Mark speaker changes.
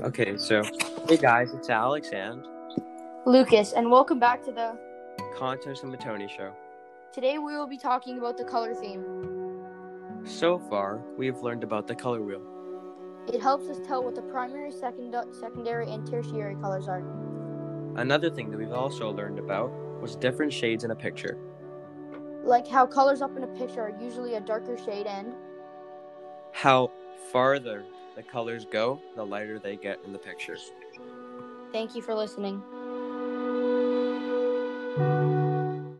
Speaker 1: Okay, so hey guys, it's Alex and
Speaker 2: Lucas, and welcome back to the.
Speaker 1: Contos and Matoni Show.
Speaker 2: Today we will be talking about the color theme.
Speaker 1: So far, we have learned about the color wheel.
Speaker 2: It helps us tell what the primary, second, secondary, and tertiary colors are.
Speaker 1: Another thing that we've also learned about was different shades in a picture.
Speaker 2: Like how colors up in a picture are usually a darker shade, and
Speaker 1: How farther the colors go, the lighter they get in the picture.
Speaker 2: thank you for listening.